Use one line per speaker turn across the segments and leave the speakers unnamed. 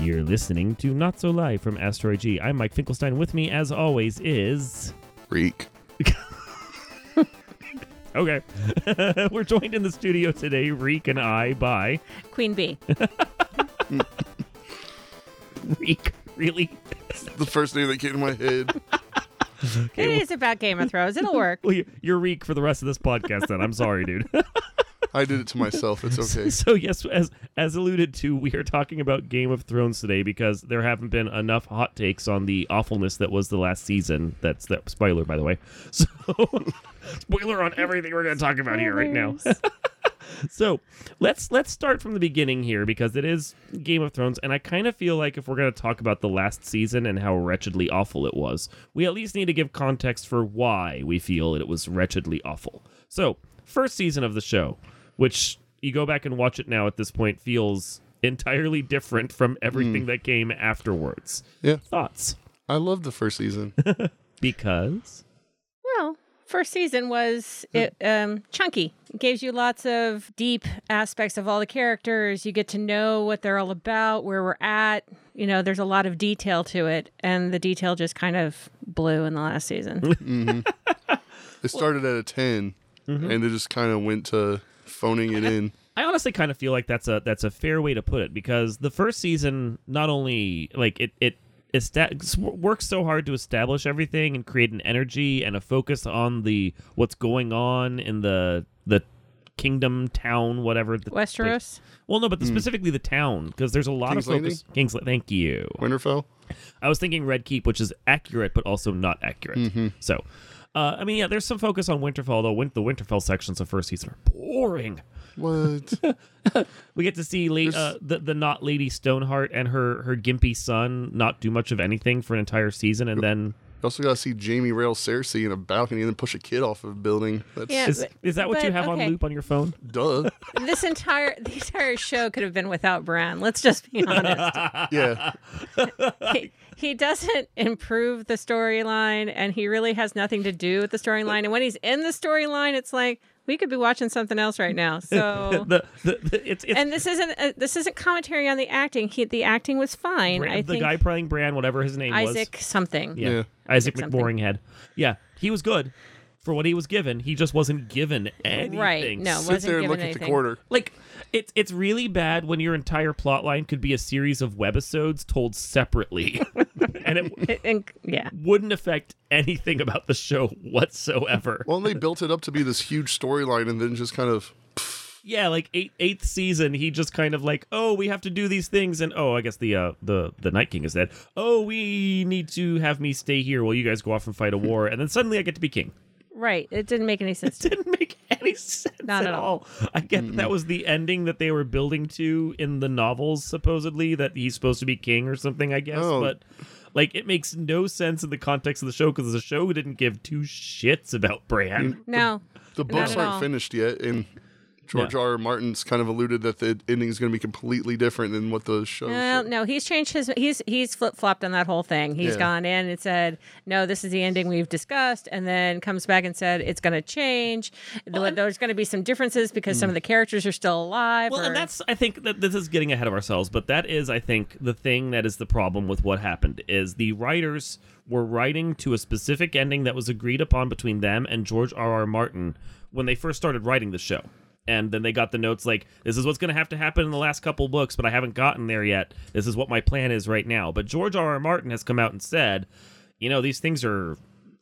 You're listening to Not So Live from Asteroid G. I'm Mike Finkelstein. With me, as always, is.
Reek.
Okay. We're joined in the studio today, Reek and I, by.
Queen Bee.
Reek, really?
The first name that came to my head.
it is about Game of Thrones. It'll work.
Well, you- you're Reek for the rest of this podcast, then. I'm sorry, dude.
I did it to myself. It's okay.
So yes, as as alluded to, we are talking about Game of Thrones today because there haven't been enough hot takes on the awfulness that was the last season. That's that spoiler, by the way. So spoiler on everything we're going to talk about here right now. so let's let's start from the beginning here because it is Game of Thrones, and I kind of feel like if we're going to talk about the last season and how wretchedly awful it was, we at least need to give context for why we feel it was wretchedly awful. So first season of the show, which you go back and watch it now at this point, feels entirely different from everything that came afterwards.
Yeah.
Thoughts?
I loved the first season.
Because
Well, first season was it, um, chunky. It gives you lots of deep aspects of all the characters. You get to know what they're all about, where we're at. You know, there's a lot of detail to it, and the detail just kind of blew in the last season.
It started at a 10 and they just kind of went to phoning it in.
I honestly kind of feel like that's a that's a fair way to put it because the first season not only like it it esta- s- works so hard to establish everything and create an energy and a focus on the what's going on in the the kingdom town whatever the place-
Westeros.
Well, no, but the, specifically the town because there's a lot
King's
of focus. Kings. Thank you.
Winterfell?
I was thinking Red Keep, which is accurate but also not accurate. So, uh, I mean, yeah, there's some focus on Winterfell though. Win- the Winterfell sections of first season are boring.
What?
We get to see la- uh, the the not Lady Stoneheart and her her gimpy son not do much of anything for an entire season, and then
You also got to see Jamie rail Cersei in a balcony and then push a kid off of a building. That's
Yeah.
is, is that what you
But,
have
okay.
on loop on your phone?
duh.
this entire the entire show could have been without Bran. Let's just be honest.
Yeah.
he, he doesn't improve the storyline and he really has nothing to do with the storyline and when he's in the storyline it's like we could be watching something else right now so
The, the, the it's it's
and this isn't uh, this isn't commentary on the acting he the acting was fine
Bran-
i
the
think
guy playing Bran, whatever his name was,
isaac something
Yeah.
Yeah.
Isaac
Isaac something.
McBoringhead. Yeah, he was good for what he was given. He just wasn't given anything.
right no
Sit
wasn't
there and
given
look
anything
at the quarter.
Like it's it's really bad when your entire plot line could be a series of webisodes told separately. and it
It- and- yeah
wouldn't affect anything about the show whatsoever.
Well, and they built it up to be this huge storyline and then just kind of,
Yeah, like eight, eighth season, he just kind of like, oh, we have to do these things, and oh, I guess the uh, the the Night King is dead. Oh, we need to have me stay here while you guys go off and fight a war, and then suddenly I get to be king.
right it didn't make any sense to me.
didn't make any sense
Not
at
at all.
all. I get that, that was the ending that they were building to in the novels, supposedly that he's supposed to be king or something. I guess,
Oh.
but like it makes no sense in the context of the show because the show didn't give two shits about Bran.
no
the books
at
aren't
all.
finished yet. And George
No.
R. R. Martin's kind of alluded that the ending is going to be completely different than what the show
Well, no, he's changed his. He's he's flip flopped on that whole thing. He's
Yeah.
gone in and said, "No, this is the ending we've discussed," and then comes back and said, "It's going to change. Th- There's going to be some differences because some of the characters are still alive."
Well,
or-
and that's I think that this is getting ahead of ourselves, but that is I think the thing that is the problem with what happened is the writers were writing to a specific ending that was agreed upon between them and George R. R. Martin when they first started writing the show. And then they got the notes like, this is what's going to have to happen in the last couple books, but I haven't gotten there yet. This is what my plan is right now. But George R. R. Martin has come out and said, you know, these things are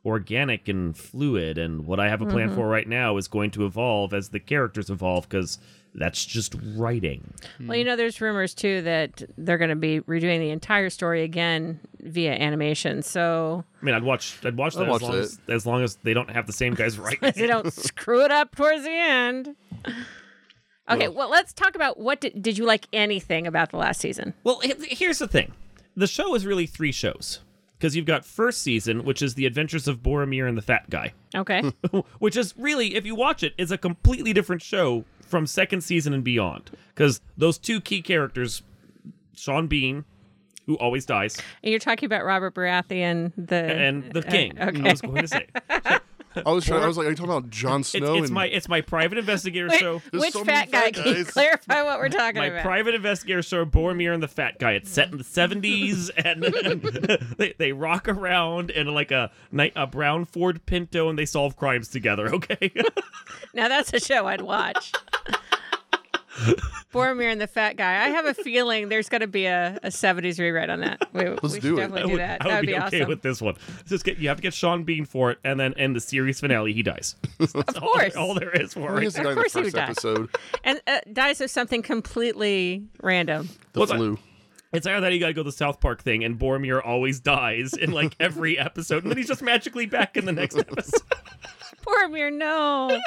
organic and fluid and what i have a plan for right now is going to evolve as the characters evolve because that's just writing
well, you know, there's rumors too that they're going to be redoing the entire story again via animation. So
i mean i'd watch i'd watch that as,
watch
long
it.
as, as long as they don't have the same guys writing
they
it.
don't screw it up towards the end. Okay, well, let's talk about what did, did you like anything about the last season?
well he- here's the thing the show is really three shows because you've got first season which is the adventures of boromir and the fat guy
Okay,
which is really, if you watch it, is a completely different show from second season and beyond. Because those two key characters, Sean Bean, who always dies,
and you're talking about Robert Baratheon, the
and the king.
okay.
I was going to say.
I was trying. I was like, are you talking about Jon
It's,
Snow?
it's
and
my it's my private investigator
Wait,
show.
There's
which
so many
fat guy?
fat
Can you
guys.
clarify what we're talking
My
about?
private investigator show, Boromir and the Fat Guy. It's set in the seventies, and, and they, they rock around in like a ni- a brown Ford Pinto, and they solve crimes together. Okay,
now that's a show I'd watch. Boromir and the Fat Guy. I have a feeling there's going to be a, a 70s rewrite on that. We, we should
do it.
I
definitely
would,
do that.
I would
that would
be, okay
awesome.
with this one. Just get you have to get Sean Bean for it, and then in the series finale, he dies. That's of
course.
all, there is for
He
it.
is the
Of
guy in the
course he
first
would die.
episode.
And uh, dies of something completely random.
The
What's that?
flu.
It's either that or you gotta go to the South Park thing, and Boromir always dies in like every episode, and then he's just magically back in the next episode.
Boromir, no.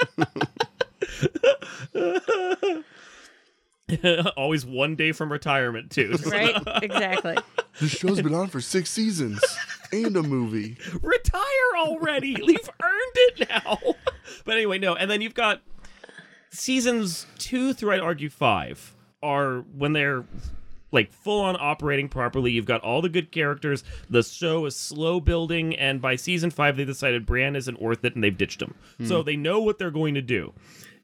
always one day from retirement too.
right? Exactly.
This show's been on for six seasons and a movie.
retire already. You've earned it now. But anyway, no. And then you've got seasons two through I'd argue five are when they're like full on operating properly. You've got all the good characters. The show is slow building, and by season five, they decided Bran isn't worth it, and they've ditched him. So they know what they're going to do.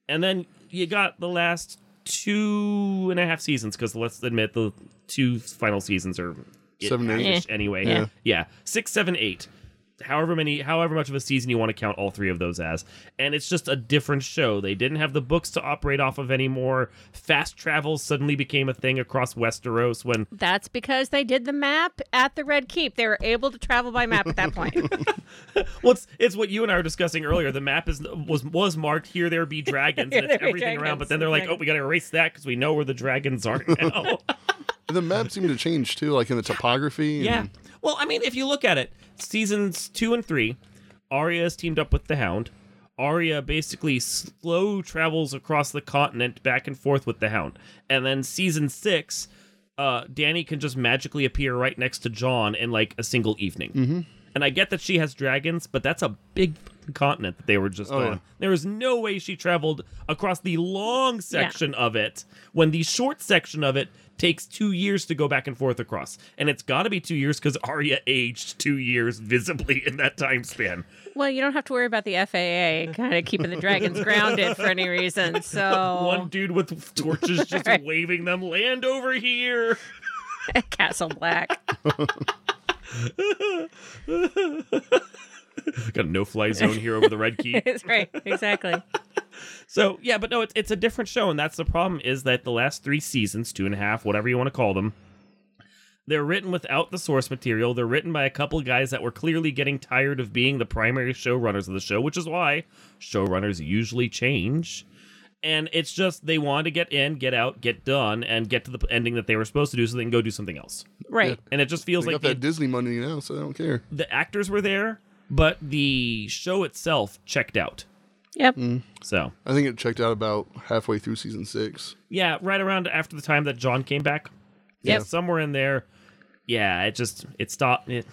And then you got the last two and a half seasons because let's admit the two final seasons are
Seven, eight.
ish anyway.
Yeah.
yeah, six, seven, eight. However many, however much of a season you want to count all three of those as, and it's just a different show. They didn't have the books to operate off of anymore. Fast travel suddenly became a thing across Westeros when
That's because they did the map at the Red Keep. They were able to travel by map at that point.
Well, it's, it's what you and I were discussing earlier. The map is was was marked here there be dragons
Here
and it's
there be
everything around,
dragons.
but then they're like, oh, we got to erase that because we know where the dragons are now.
The map seemed to change too, like in the topography.
yeah.
And
Well, I mean, if you look at it, seasons two and three, Arya is teamed up with the Hound. Arya basically slow travels across the continent back and forth with the Hound, and then season six, uh, Danny can just magically appear right next to John in like a single evening. Mm-hmm. And I get that she has dragons, but that's a big fucking continent that they were just on.
yeah.
There is no way she traveled across the long section of it when the short section of it takes two years to go back and forth across. And it's got to be two years because Arya aged two years visibly in that time span.
well, you don't have to worry about the FAA kind of keeping the dragons grounded for any reason. So,
One dude with torches just
Oh. Right.
waving them, land over here.
Castle Black.
Got a no fly zone here over the Red Keep.
That's right. Exactly.
So yeah, but no, it's it's a different show, and that's the problem is that the last three seasons, two and a half, whatever you want to call them, they're written without the source material. They're written by a couple guys that were clearly getting tired of being the primary showrunners of the show, which is why showrunners usually change. And it's just they want to get in, get out, get done, and get to the ending that they were supposed to do, so they can go do something else.
Right.
And it just feels
They
like
got
the
that Disney money now, so I don't care.
the actors were there, but the show itself checked out.
Yep.
Mm.
So
I think it checked out about halfway through season six.
Yeah, right around after the time that John came back.
Yep.
Yeah, somewhere in there. Yeah, it just it stopped it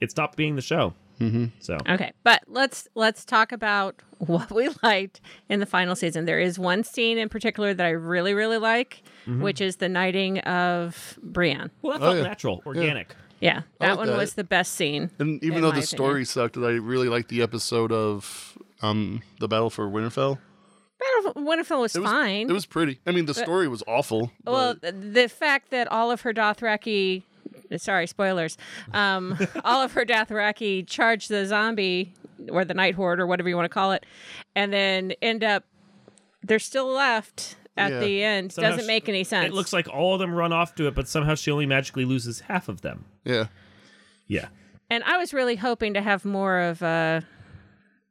it stopped being the show. Mm-hmm. So
Okay, but let's let's talk about what we liked in the final season. There is one scene in particular that I really really like, which is the knighting of Brienne.
well, that
Oh,
felt
yeah.
natural, organic.
Yeah,
I
that
like
one
that.
was the best scene.
And
In
even though
my
the story sucked, I really liked the episode of um the battle for Winterfell.
Battle of Winterfell was,
It was
fine. Uh,
It was pretty. I mean, the story was awful.
well,
but
th- the fact that all of her Dothraki, sorry, spoilers, um, all of her Dothraki charge the zombie or the Night Horde or whatever you want to call it, and then end up they're still left at
Yeah.
the end
Somehow
doesn't
sh-
make any sense.
It looks like all of them run off to it, but somehow she only magically loses half of them.
yeah,
Yeah.
And I was really hoping to have more of a,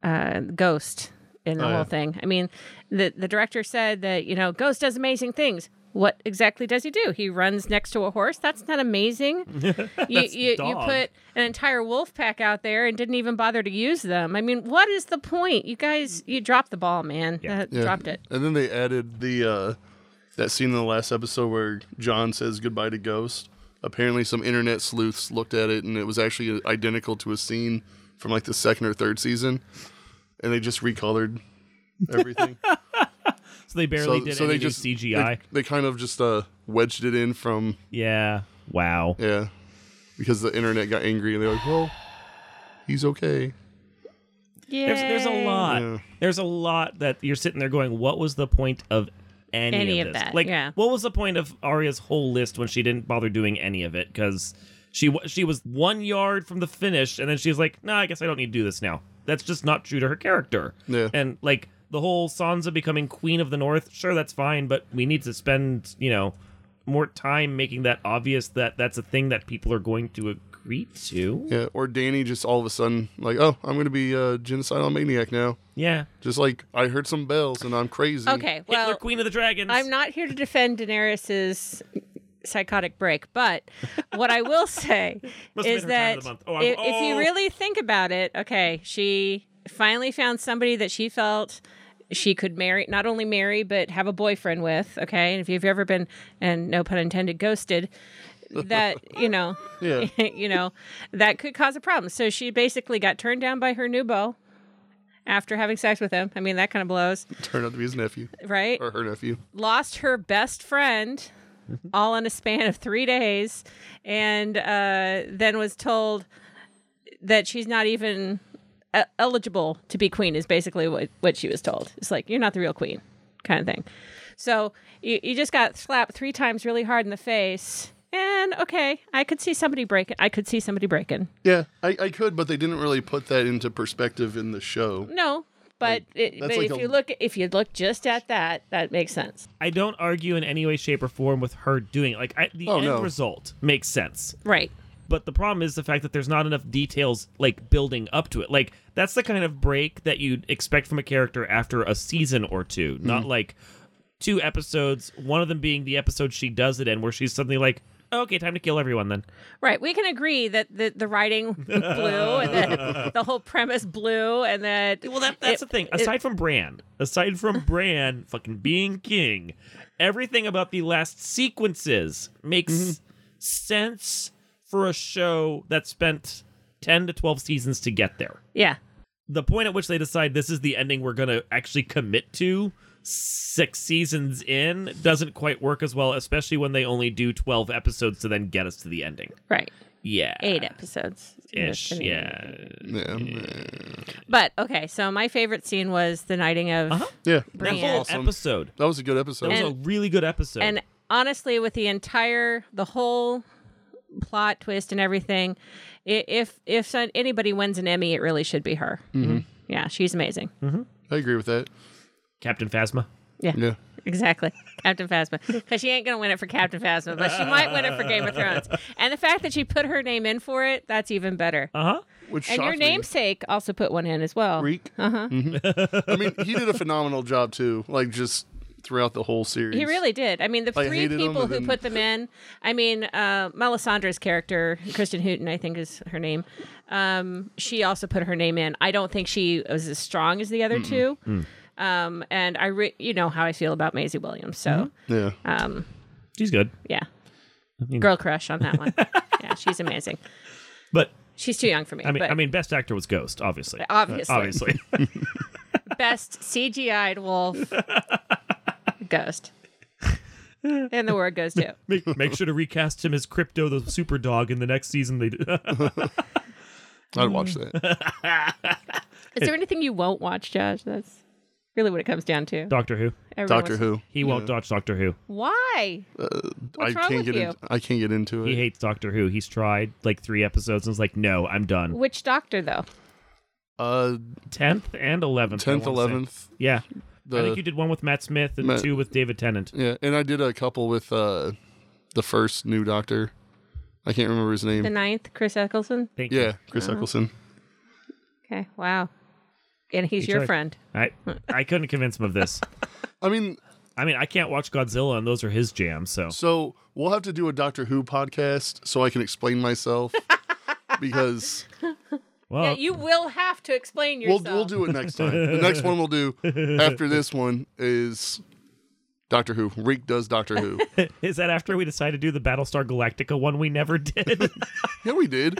uh ghost in the
Oh,
whole
yeah.
thing. I mean, the the director said that you know Ghost does amazing things. What exactly does he do? He runs next to a horse. That's not amazing. you you, you
dog.
put an entire wolf pack out there and didn't even bother to use them. I mean, what is the point? You guys, you dropped the ball, man.
Yeah.
Uh,
yeah.
Dropped it.
And then they added the uh that scene in the last episode where John says goodbye to Ghost. Apparently, some internet sleuths looked at it, and it was actually identical to a scene from like the second or third season, and they just recolored everything.
So they barely did any new
they-
CGI.
They, kind of just uh, wedged it in from
yeah. Wow.
yeah, because the internet got angry and they're like, well, he's okay.
There's, there's a
Yay.
lot.
Yeah.
There's a lot that you're sitting there going, what was the point of any,
Any
of,
of
this?
that,
Like,
yeah.
what was the point of Arya's whole list when she didn't bother doing any of it? Because she wa- she was one yard from the finish, and then she's like, nah, I guess I don't need to do this now. That's just not true to her character.
Yeah.
And like the whole Sansa becoming queen of the North, sure, that's fine, but we need to spend you know more time making that obvious that that's a thing that people are going to agree to.
Yeah, or Danny just all of a sudden like, oh, I'm gonna be a genocidal maniac now.
Yeah.
Just like I heard some bells and I'm crazy.
Okay, well,
Hitler, queen of the dragons.
I'm not here to defend Daenerys's psychotic break, but what I will say
Must've
is
been her time
that
of the month. Oh,
i-
I'm-
if, you
oh.
really think about it, okay, she finally found somebody that she felt she could marry, not only marry, but have a boyfriend with, okay? And if you've ever been, and no pun intended, ghosted, that, you know,
Yeah.
you know, that could cause a problem. So she basically got turned down by her new beau after having sex with him. I mean, that kind of blows,
Turned out to be his nephew.
right?
Or her nephew.
lost her best friend all in a span of three days and uh, then was told that she's not even e- eligible to be queen is basically what, what she was told it's like you're not the real queen kind of thing so you, you just got slapped three times really hard in the face and okay i could see somebody breaking i could see somebody breaking
Yeah. I, I could, but they didn't really put that into perspective in the show.
no but, it,
that's
but
like
if
a-
you look if you look just at that that makes sense
I don't argue in any way, shape, or form with her doing it. Like I, the
Oh,
end
no.
result makes sense,
right
but the problem is the fact that there's not enough details like building up to it. Like that's the kind of break that you'd expect from a character after a season or two,
Hmm.
not like two episodes. One of them being the episode she does it in, where she's suddenly like, "Okay, time to kill everyone." Then
Right. We can agree that the, the writing blew and that the whole premise blew and that.
Well, that that's the thing. Aside from Bran, aside from Bran fucking being king, everything about the last sequences makes sense for a show that spent 10 to 12 seasons to get there.
Yeah.
The point at which they decide this is the ending we're going to actually commit to 6 seasons in doesn't quite work as well, especially when they only do 12 episodes to then get us to the ending.
Right.
Yeah.
Eight episodes.
Uh, ish.
I mean-
Yeah.
Yeah.
But okay. So my favorite scene was the knighting of.
Uh-huh.
Yeah.
That
Bran.
whole
Awesome.
episode.
That was a good
That
episode.
was a really good episode.
And honestly, with the entire, the whole plot twist and everything, i- if if so- anybody wins an Emmy, it really should be her. Mm-hmm. Yeah. She's amazing.
I agree with that.
Captain Phasma.
Yeah.
Yeah.
Exactly. Captain Phasma. Because she ain't going to win it for Captain Phasma, but she might win it for Game of Thrones. And the fact that she put her name in for it, that's even better.
Uh huh.
Which
and your
shocked Uh-huh. me.
namesake also put one in as well.
Reek. Uh-huh. I mean, he did a phenomenal job too, like just throughout the whole series.
He really did. I mean, the
I
three
hated him,
people
and
who
then-
put them in. I mean, uh, Melisandre's character, Kristen Hooten, I think is her name. Um, she also put her name in. I don't think she was as strong as the other two.
Mm.
Um, and I, re- you know how I feel about Maisie Williams. So,
Yeah.
um,
She's good.
yeah,
mean-
girl crush on that one. yeah, she's amazing.
But
She's too young for me.
I mean,
but
I mean, best actor was Ghost, obviously.
Obviously.
Uh, obviously.
best CGI'd wolf ghost. And the word goes too.
make, make sure to recast him as Crypto the Super Dog in the next season. They do.
Uh,
I'd watch that.
Is there anything you won't watch, Josh? That's really what it comes down to.
Doctor Who.
Everyone
Doctor Who.
wants-
He won't dodge Doctor Who.
Why? What's
I
wrong
can't
with
get
you?
in, I can't get into it.
He hates Doctor Who. He's tried like three episodes and was like, "No, I'm done."
Which doctor though?
uh,
Tenth and eleventh. I
tenth,
wanna say.
eleventh.
Yeah, I
The
think you did one with Matt Smith and
Matt-
two with David Tennant.
yeah, and I did a couple with uh, the first new Doctor. I can't remember his name.
The ninth, Chris Eccleston.
Thank you.
yeah,
Uh-huh.
Chris Eccleston.
Okay, wow. And he's
He
your
tried.
friend.
I I couldn't convince him of this.
I mean,
I mean, I can't watch Godzilla, and those are his jams. So
so we'll have to do a Doctor Who podcast so I can explain myself because
well,
Yeah, you will have to explain
we'll
yourself.
we'll do it next time. The next one we'll do after this one is Doctor Who. Reek does Doctor Who.
is that after we decided to do the Battlestar Galactica one we never did?
yeah, we did.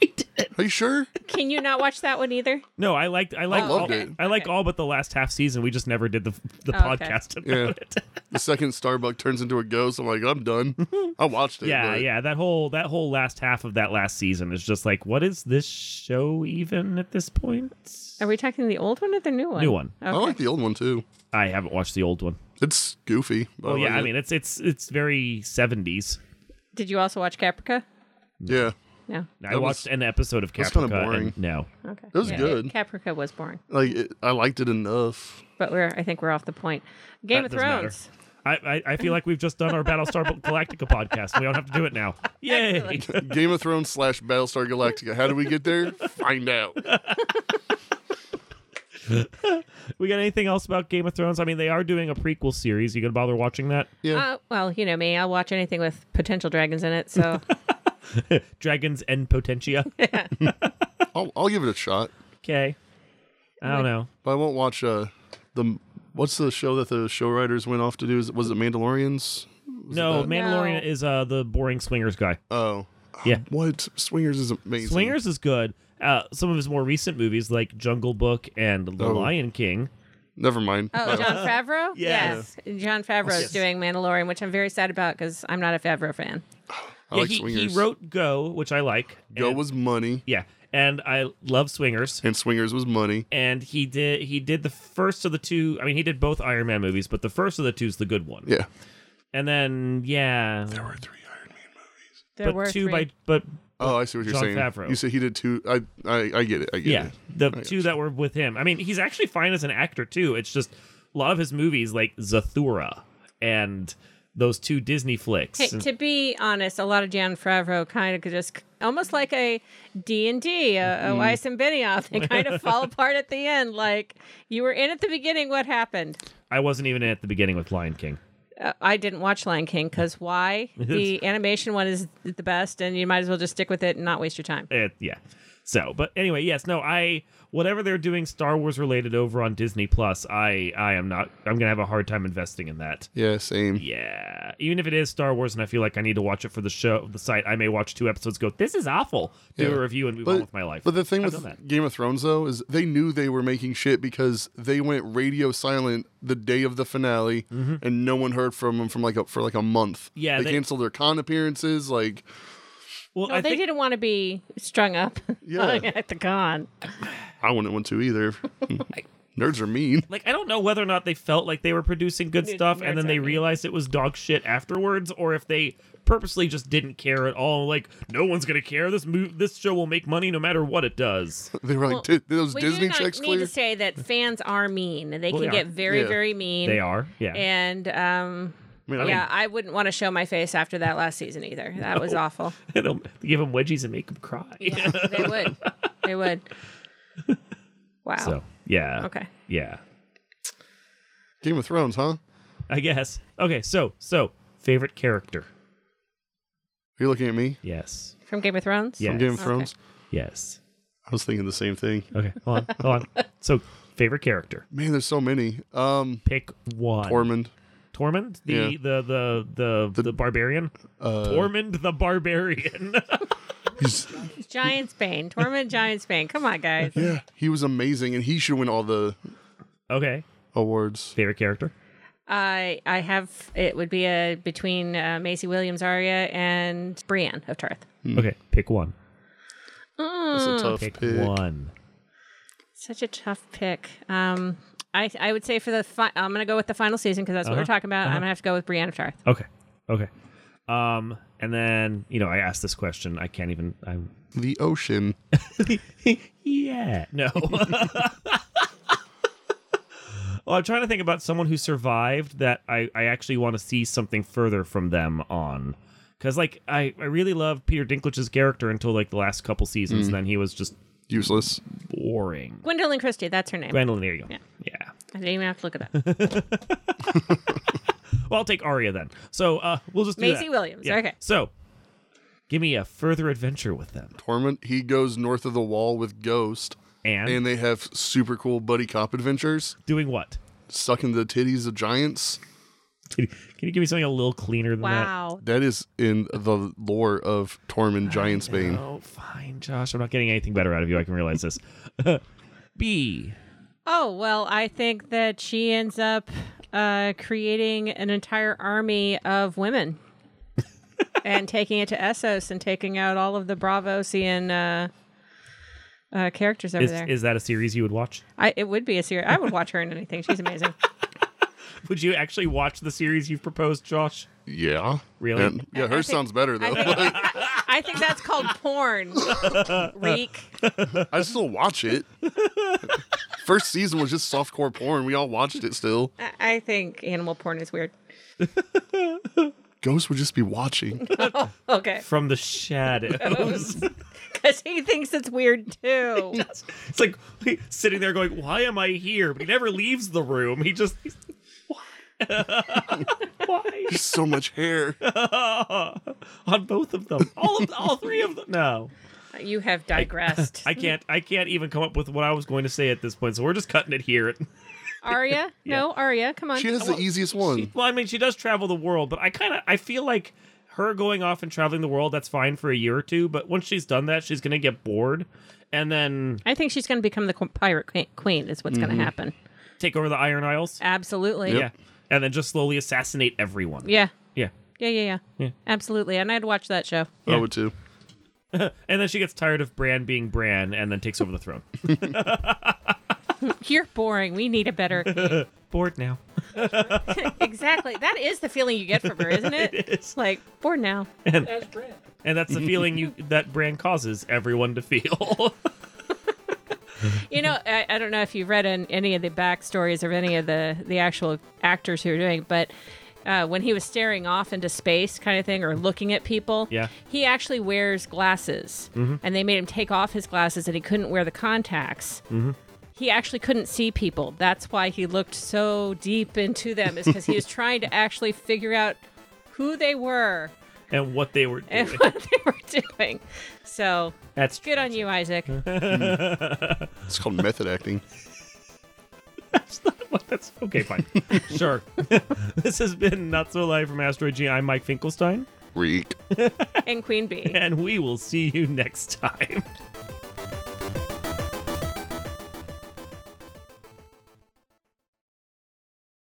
we did. it.
Are you sure?
Can you not watch that one either?
No, I liked I liked
I
all,
loved it.
I like all but the last half season. We just never did the the
Oh, okay.
podcast about
Yeah.
it.
The second Starbuck turns into a ghost. I'm like, I'm done. I watched it.
yeah,
but
yeah. That whole that whole last half of that last season is just like, what is this show even at this point?
Are we talking the old one or the new one?
New one.
I
Okay.
like the old one too.
I haven't watched the old one.
It's goofy. But
Well, yeah,
like
I
it.
mean it's it's it's very seventies.
Did you also watch Caprica?
yeah,
No.
I
That was-
watched an episode of
that's kinda
Caprica
boring.
and no.
Okay. It
was good.
Caprica was boring,
like it, I liked it enough.
but we're I think we're off the point. Game
That
of
doesn't matter.
Thrones.
I, I, I feel like we've just done our Battlestar Galactica podcast. We don't have to do it now. Yay!
Game of Thrones slash Battlestar Galactica. How do we get there? Find out.
we got anything else about Game of Thrones? I mean, they are doing a prequel series. You gonna bother watching that?
Yeah.
Uh, well, you know me. I'll watch anything with potential dragons in it. So
Dragons and Potentia.
I'll, I'll give it a shot,
Okay. I don't know.
but I won't watch uh the what's the show that the show writers went off to do? Is was it Mandalorians?
No,
that-
Mandalorian
No.
is uh the boring swingers guy.
Oh,
Yeah.
What Swingers is amazing.
Swingers is good. Uh, some of his more recent movies like Jungle Book and The
Oh.
Lion King.
Never mind.
Oh, John Favreau?
Yes.
John Favreau
Yes.
is doing Mandalorian, which I'm very sad about because I'm not a Favreau fan.
I
yeah,
like
he,
Swingers.
he wrote Go, which I like.
Go
and-
was money,
yeah, and I love Swingers.
and Swingers was money.
And he did he did the first of the two. I mean, he did both Iron Man movies, but the first of the two is the good one.
Yeah,
And then yeah,
there were three Iron Man movies.
There
but
were
two
three.
by but
Oh, I see what you're
Jon
saying.
Favreau.
You said he did two. I I, I get it. I get
yeah,
it.
the
got
two that were with him. I mean, he's actually fine as an actor too. It's just a lot of his movies like Zathura and those two Disney flicks.
Hey,
and-
to be honest, a lot of John Favreau kind of just almost like a D and D, a
Mm-hmm.
a Weiss and Benioff. They kind of fall apart at the end. Like you were in at the beginning. What happened?
I wasn't even at the beginning with Lion King.
Uh, I didn't watch Lion King because why? The animation one is the best, and you might as well just stick with it and not waste your time.
It, yeah. So, but anyway, yes, no, I whatever they're doing Star Wars related over on Disney Plus, I I am not I'm going to have a hard time investing in that.
Yeah, same.
Yeah. Even if it is Star Wars and I feel like I need to watch it for the show, the site, I may watch two episodes go, this is awful. Do
Yeah.
a review and move on with my life.
But the thing
I've done that.
with Game of Thrones though is they knew they were making shit because they went radio silent the day of the finale, and no one heard from them from like a, for like a month.
Mm-hmm. Yeah,
they,
they-
canceled their con appearances. Like,
Well,
No,
I
they
think
didn't want to be strung up
Yeah.
at the con.
I wouldn't want to either. Hmm. Nerds are mean.
like I don't know whether or not they felt like they were producing good
Dude,
stuff
nerds
and then they
are mean.
realized it was dog shit afterwards or if they purposely just didn't care at all like no one's going to care this move this show will make money no matter what it does.
They were like, "Did those
We
Disney
do not
checks
need
clear?"
to say that fans are mean. They
Well,
can
they are.
get very,
Yeah.
very mean.
They are. Yeah.
And um,
I mean, I
yeah, I wouldn't want to show my face after that last season either. That was awful.
They'll give him wedgies and make him cry.
they would. They would. Wow.
so yeah,
Okay.
yeah,
Game of Thrones, huh? Are
I guess. Okay, so so favorite character.
you looking at me?
Yes,
From Game of Thrones?
yes,
From Game of Thrones.
yes.
I was thinking the same thing.
Okay, hold on, hold on. So favorite character.
Man, there's so many. Um,
Pick one.
Ormond.
Tormund, the,
Yeah. Uh,
the, the the the barbarian. Tormund the barbarian.
He's,
Giant's Bane. Torment Giant's Bane. Come on, guys.
yeah, he was amazing, and he should win all the
okay,
awards.
favorite character.
I I have it would be a between uh, Macy Williams Aria and Brienne of Tarth.
Hmm.
Okay, pick one.
That's
Hmm.
a tough
Pick,
pick.
one.
Such a tough pick. Um, I I would say for the fi- I'm gonna go with the final season because that's
Uh-huh.
what we're talking about. I'm gonna have to go with Brienne of Tarth.
Okay, okay. Um, and then you know I asked this question. I can't even. I'm.
The ocean.
yeah. No. well, I'm trying to think about someone who survived that I, I actually want to see something further from them on. Because, like, I, I really loved Peter Dinklage's character until, like, the last couple seasons,
Hmm.
and then he was just
Useless.
boring.
Gwendolyn Christie, that's her name.
Gwendolyn, there you go. Yeah.
I didn't even have to look it up.
Well, I'll take Arya then. So, uh, we'll just do
Maisie
that.
Williams.
Yeah.
Okay.
So, give me a further adventure with them.
Torment. He goes north of the wall with Ghost,
And,
and they have super cool buddy cop adventures.
doing what?
Sucking the titties of giants.
Can you give me something a little cleaner than that?
Wow.
That is in the lore of Tormund Giantsbane.
Oh, fine, Josh. I'm not getting anything better out of you. I can realize this. B.
Oh, well, I think that she ends up uh, creating an entire army of women and taking it to Essos and taking out all of the Bravosian uh, uh, characters over
Is,
there.
is that a series you would watch?
I, it would be a series. I would watch her in anything. She's amazing.
Would you actually watch the series you've proposed, Josh?
Yeah.
Really?
And- yeah,
I
hers
think-
sounds better though.
I think, I, I think that's called porn. Reek.
I still watch it. First season was just softcore porn. We all watched it still.
I, I think animal porn is weird.
Ghost would just be watching.
Okay.
From the shadows.
Because he thinks it's weird too.
it's like he- sitting there going, "Why am I here?" But he never leaves the room. He just he's, why? why?
There's so much hair.
on both of them, all of all three of them. No,
You have digressed.
I can't. I can't even come up with what I was going to say at this point. So we're just cutting it here.
Arya? No, Arya, come on.
She has the easiest one.
Well, I mean, she does travel the world, but I kind of I feel like her going off and traveling the world that's fine for a year or two. But once she's done that, she's gonna get bored. And then
I think she's going to become the qu- pirate que- queen. Is what's
Mm-hmm.
going to happen.
take over the Iron Isles.
Absolutely.
Yeah. And then just slowly assassinate everyone.
Yeah.
Yeah.
Yeah. Yeah. Yeah.
Yeah.
Absolutely. And I'd watch that show.
I would too.
And then she gets tired of Bran being Bran and then takes over the throne.
You're boring. We need a better.
Bored now.
exactly. That is the feeling you get from her, isn't it?
is.
It's like bored now.
And that's the feeling you that Bran causes everyone to feel.
You know, I, I don't know if you've read in, any of the backstories of any of the the actual actors who are doing, it, but. Uh, when he was staring off into space, kind of thing, or looking at people,
Yeah. Mm-hmm.
he actually wears glasses, and they made him take off his glasses, and he couldn't wear the contacts.
Mm-hmm.
He actually couldn't see people. That's why he looked so deep into them, is because he was trying to actually figure out who they were
and what they were
and
doing.
what they were doing. So
That's
good on you, Isaac.
It's called method acting.
What? That's okay, fine. sure. this has been Not So Live from Asteroid G. I'm Mike Finkelstein,
Reek.
and Queen Bee.
and we will see you next time.